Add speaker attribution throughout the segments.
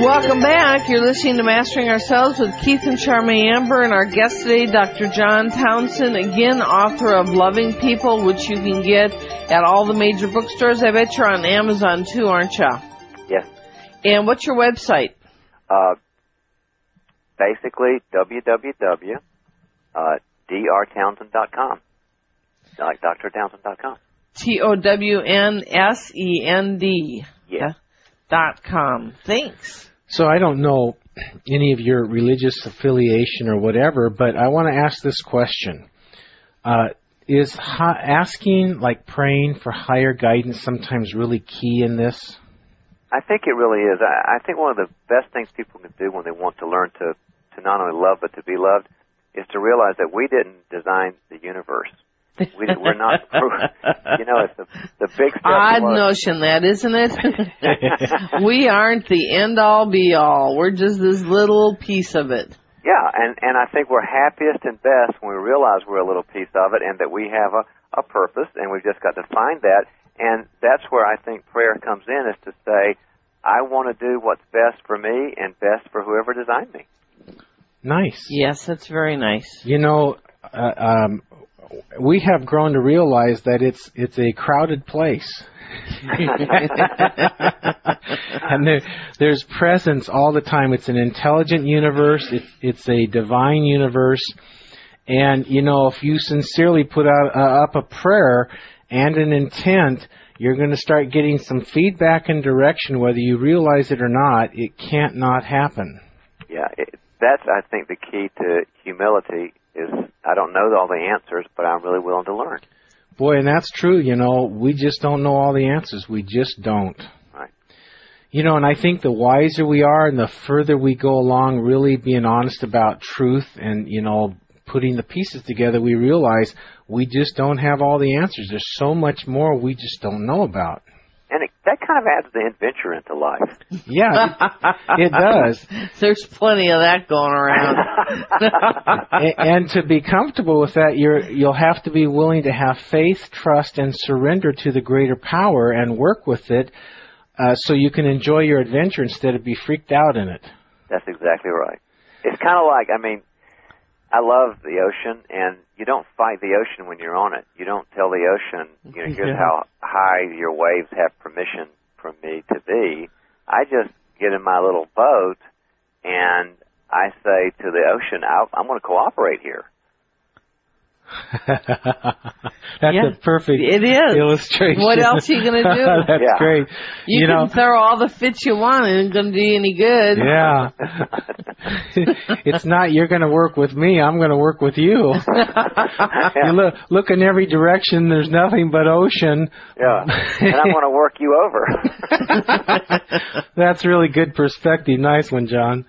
Speaker 1: Welcome back. You're listening to Mastering Ourselves with Keith and Charmy Amber and our guest today, Dr. John Townsend, again, author of Loving People, which you can get at all the major bookstores. I bet you're on Amazon too, aren't you?
Speaker 2: Yes.
Speaker 1: And what's your website?
Speaker 2: Uh, basically, www. Uh, drtownsend.com. Like drtownsend.com.
Speaker 1: T O W N S E N D.
Speaker 2: Yeah.
Speaker 1: Dot com. Thanks.
Speaker 3: So I don't know any of your religious affiliation or whatever, but I want to ask this question. Uh, is ha- asking, like praying for higher guidance, sometimes really key in this?
Speaker 2: I think it really is. I, I think one of the best things people can do when they want to learn to, to not only love but to be loved is to realize that we didn't design the universe. We, we're not, you know, it's the, the big stuff.
Speaker 1: Odd
Speaker 2: was-
Speaker 1: notion, that isn't it? we aren't the end all be all. We're just this little piece of it.
Speaker 2: Yeah, and and I think we're happiest and best when we realize we're a little piece of it, and that we have a a purpose, and we've just got to find that. And that's where I think prayer comes in, is to say, I want to do what's best for me and best for whoever designed me.
Speaker 3: Nice.
Speaker 1: Yes, that's very nice.
Speaker 3: You know, uh, um, we have grown to realize that it's it's a crowded place. and there, there's presence all the time. It's an intelligent universe. It's it's a divine universe, and you know if you sincerely put out uh, up a prayer and an intent, you're going to start getting some feedback and direction, whether you realize it or not. It can't not happen.
Speaker 2: Yeah, it, that's I think the key to humility is I don't know all the answers, but I'm really willing to learn.
Speaker 3: Boy, and that's true. You know, we just don't know all the answers. We just don't.
Speaker 2: Right.
Speaker 3: You know, and I think the wiser we are and the further we go along, really being honest about truth and, you know, putting the pieces together, we realize we just don't have all the answers. There's so much more we just don't know about.
Speaker 2: And it, that kind of adds the adventure into life.
Speaker 3: Yeah, it, it does.
Speaker 1: There's plenty of that going around.
Speaker 3: and, and to be comfortable with that, you're, you'll have to be willing to have faith, trust, and surrender to the greater power and work with it, uh, so you can enjoy your adventure instead of be freaked out in it.
Speaker 2: That's exactly right. It's kind of like, I mean, I love the ocean, and you don't fight the ocean when you're on it. You don't tell the ocean, you know, here's
Speaker 3: Yeah.
Speaker 2: how high your waves have permission from me to be. I just get in my little boat, and I say to the ocean, I, I'm going to cooperate here.
Speaker 3: That's
Speaker 1: Yeah.
Speaker 3: a perfect
Speaker 1: It is.
Speaker 3: illustration.
Speaker 1: What else are you gonna do?
Speaker 3: That's
Speaker 2: Yeah.
Speaker 3: great.
Speaker 1: You,
Speaker 3: You,
Speaker 1: can
Speaker 3: know,
Speaker 1: throw all the fits you want, it ain't gonna do you any good.
Speaker 3: yeah. it's not you're going to work with me. I'm going to work with you. you look, look in every direction. There's nothing but ocean.
Speaker 2: Yeah. and I'm going to work you over.
Speaker 3: That's really good perspective. Nice one, John.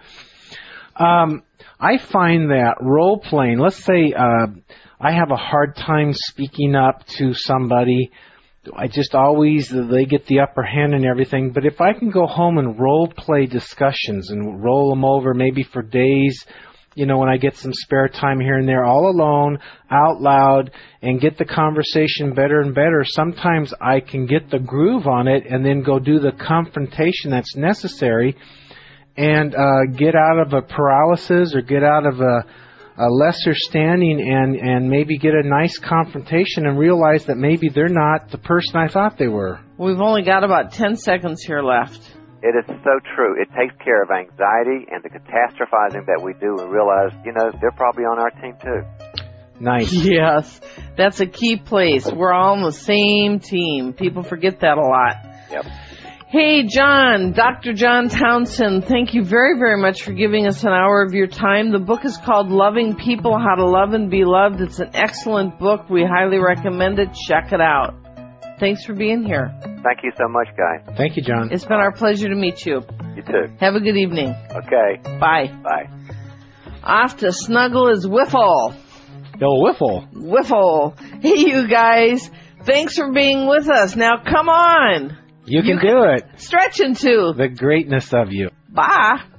Speaker 3: Um, I find that role playing. Let's say uh, I have a hard time speaking up to somebody. I just always they get the upper hand and everything. But if I can go home and role play discussions and roll them over, maybe for days. You know, when I get some spare time here and there, all alone, out loud, and get the conversation better and better, sometimes I can get the groove on it and then go do the confrontation that's necessary and uh, get out of a paralysis or get out of a, a lesser standing and, and maybe get a nice confrontation and realize that maybe they're not the person I thought they were.
Speaker 1: We've only got about ten seconds here left.
Speaker 2: it is so true. It takes care of anxiety and the catastrophizing that we do and realize, you know, they're probably on our team too.
Speaker 3: Nice.
Speaker 1: Yes. That's a key place. We're all on the same team. People forget that a lot.
Speaker 2: Yep.
Speaker 1: Hey, John, Dr. John Townsend, thank you very, very much for giving us an hour of your time. The book is called Loving People How to Love and Be Loved. It's an excellent book. We highly recommend it. Check it out. Thanks for being here.
Speaker 2: Thank you so much, guys.
Speaker 3: Thank you, John.
Speaker 1: It's been our pleasure to meet you.
Speaker 2: You too.
Speaker 1: Have a good evening.
Speaker 2: Okay.
Speaker 1: Bye.
Speaker 2: Bye.
Speaker 1: Off to snuggle is Whiffle.
Speaker 3: Yo, Wiffle.
Speaker 1: Whiffle. Hey, you guys. Thanks for being with us. Now, come on.
Speaker 3: You
Speaker 1: You
Speaker 3: can
Speaker 1: can-
Speaker 3: do it.
Speaker 1: Stretch into.
Speaker 3: The greatness of you.
Speaker 1: Bye.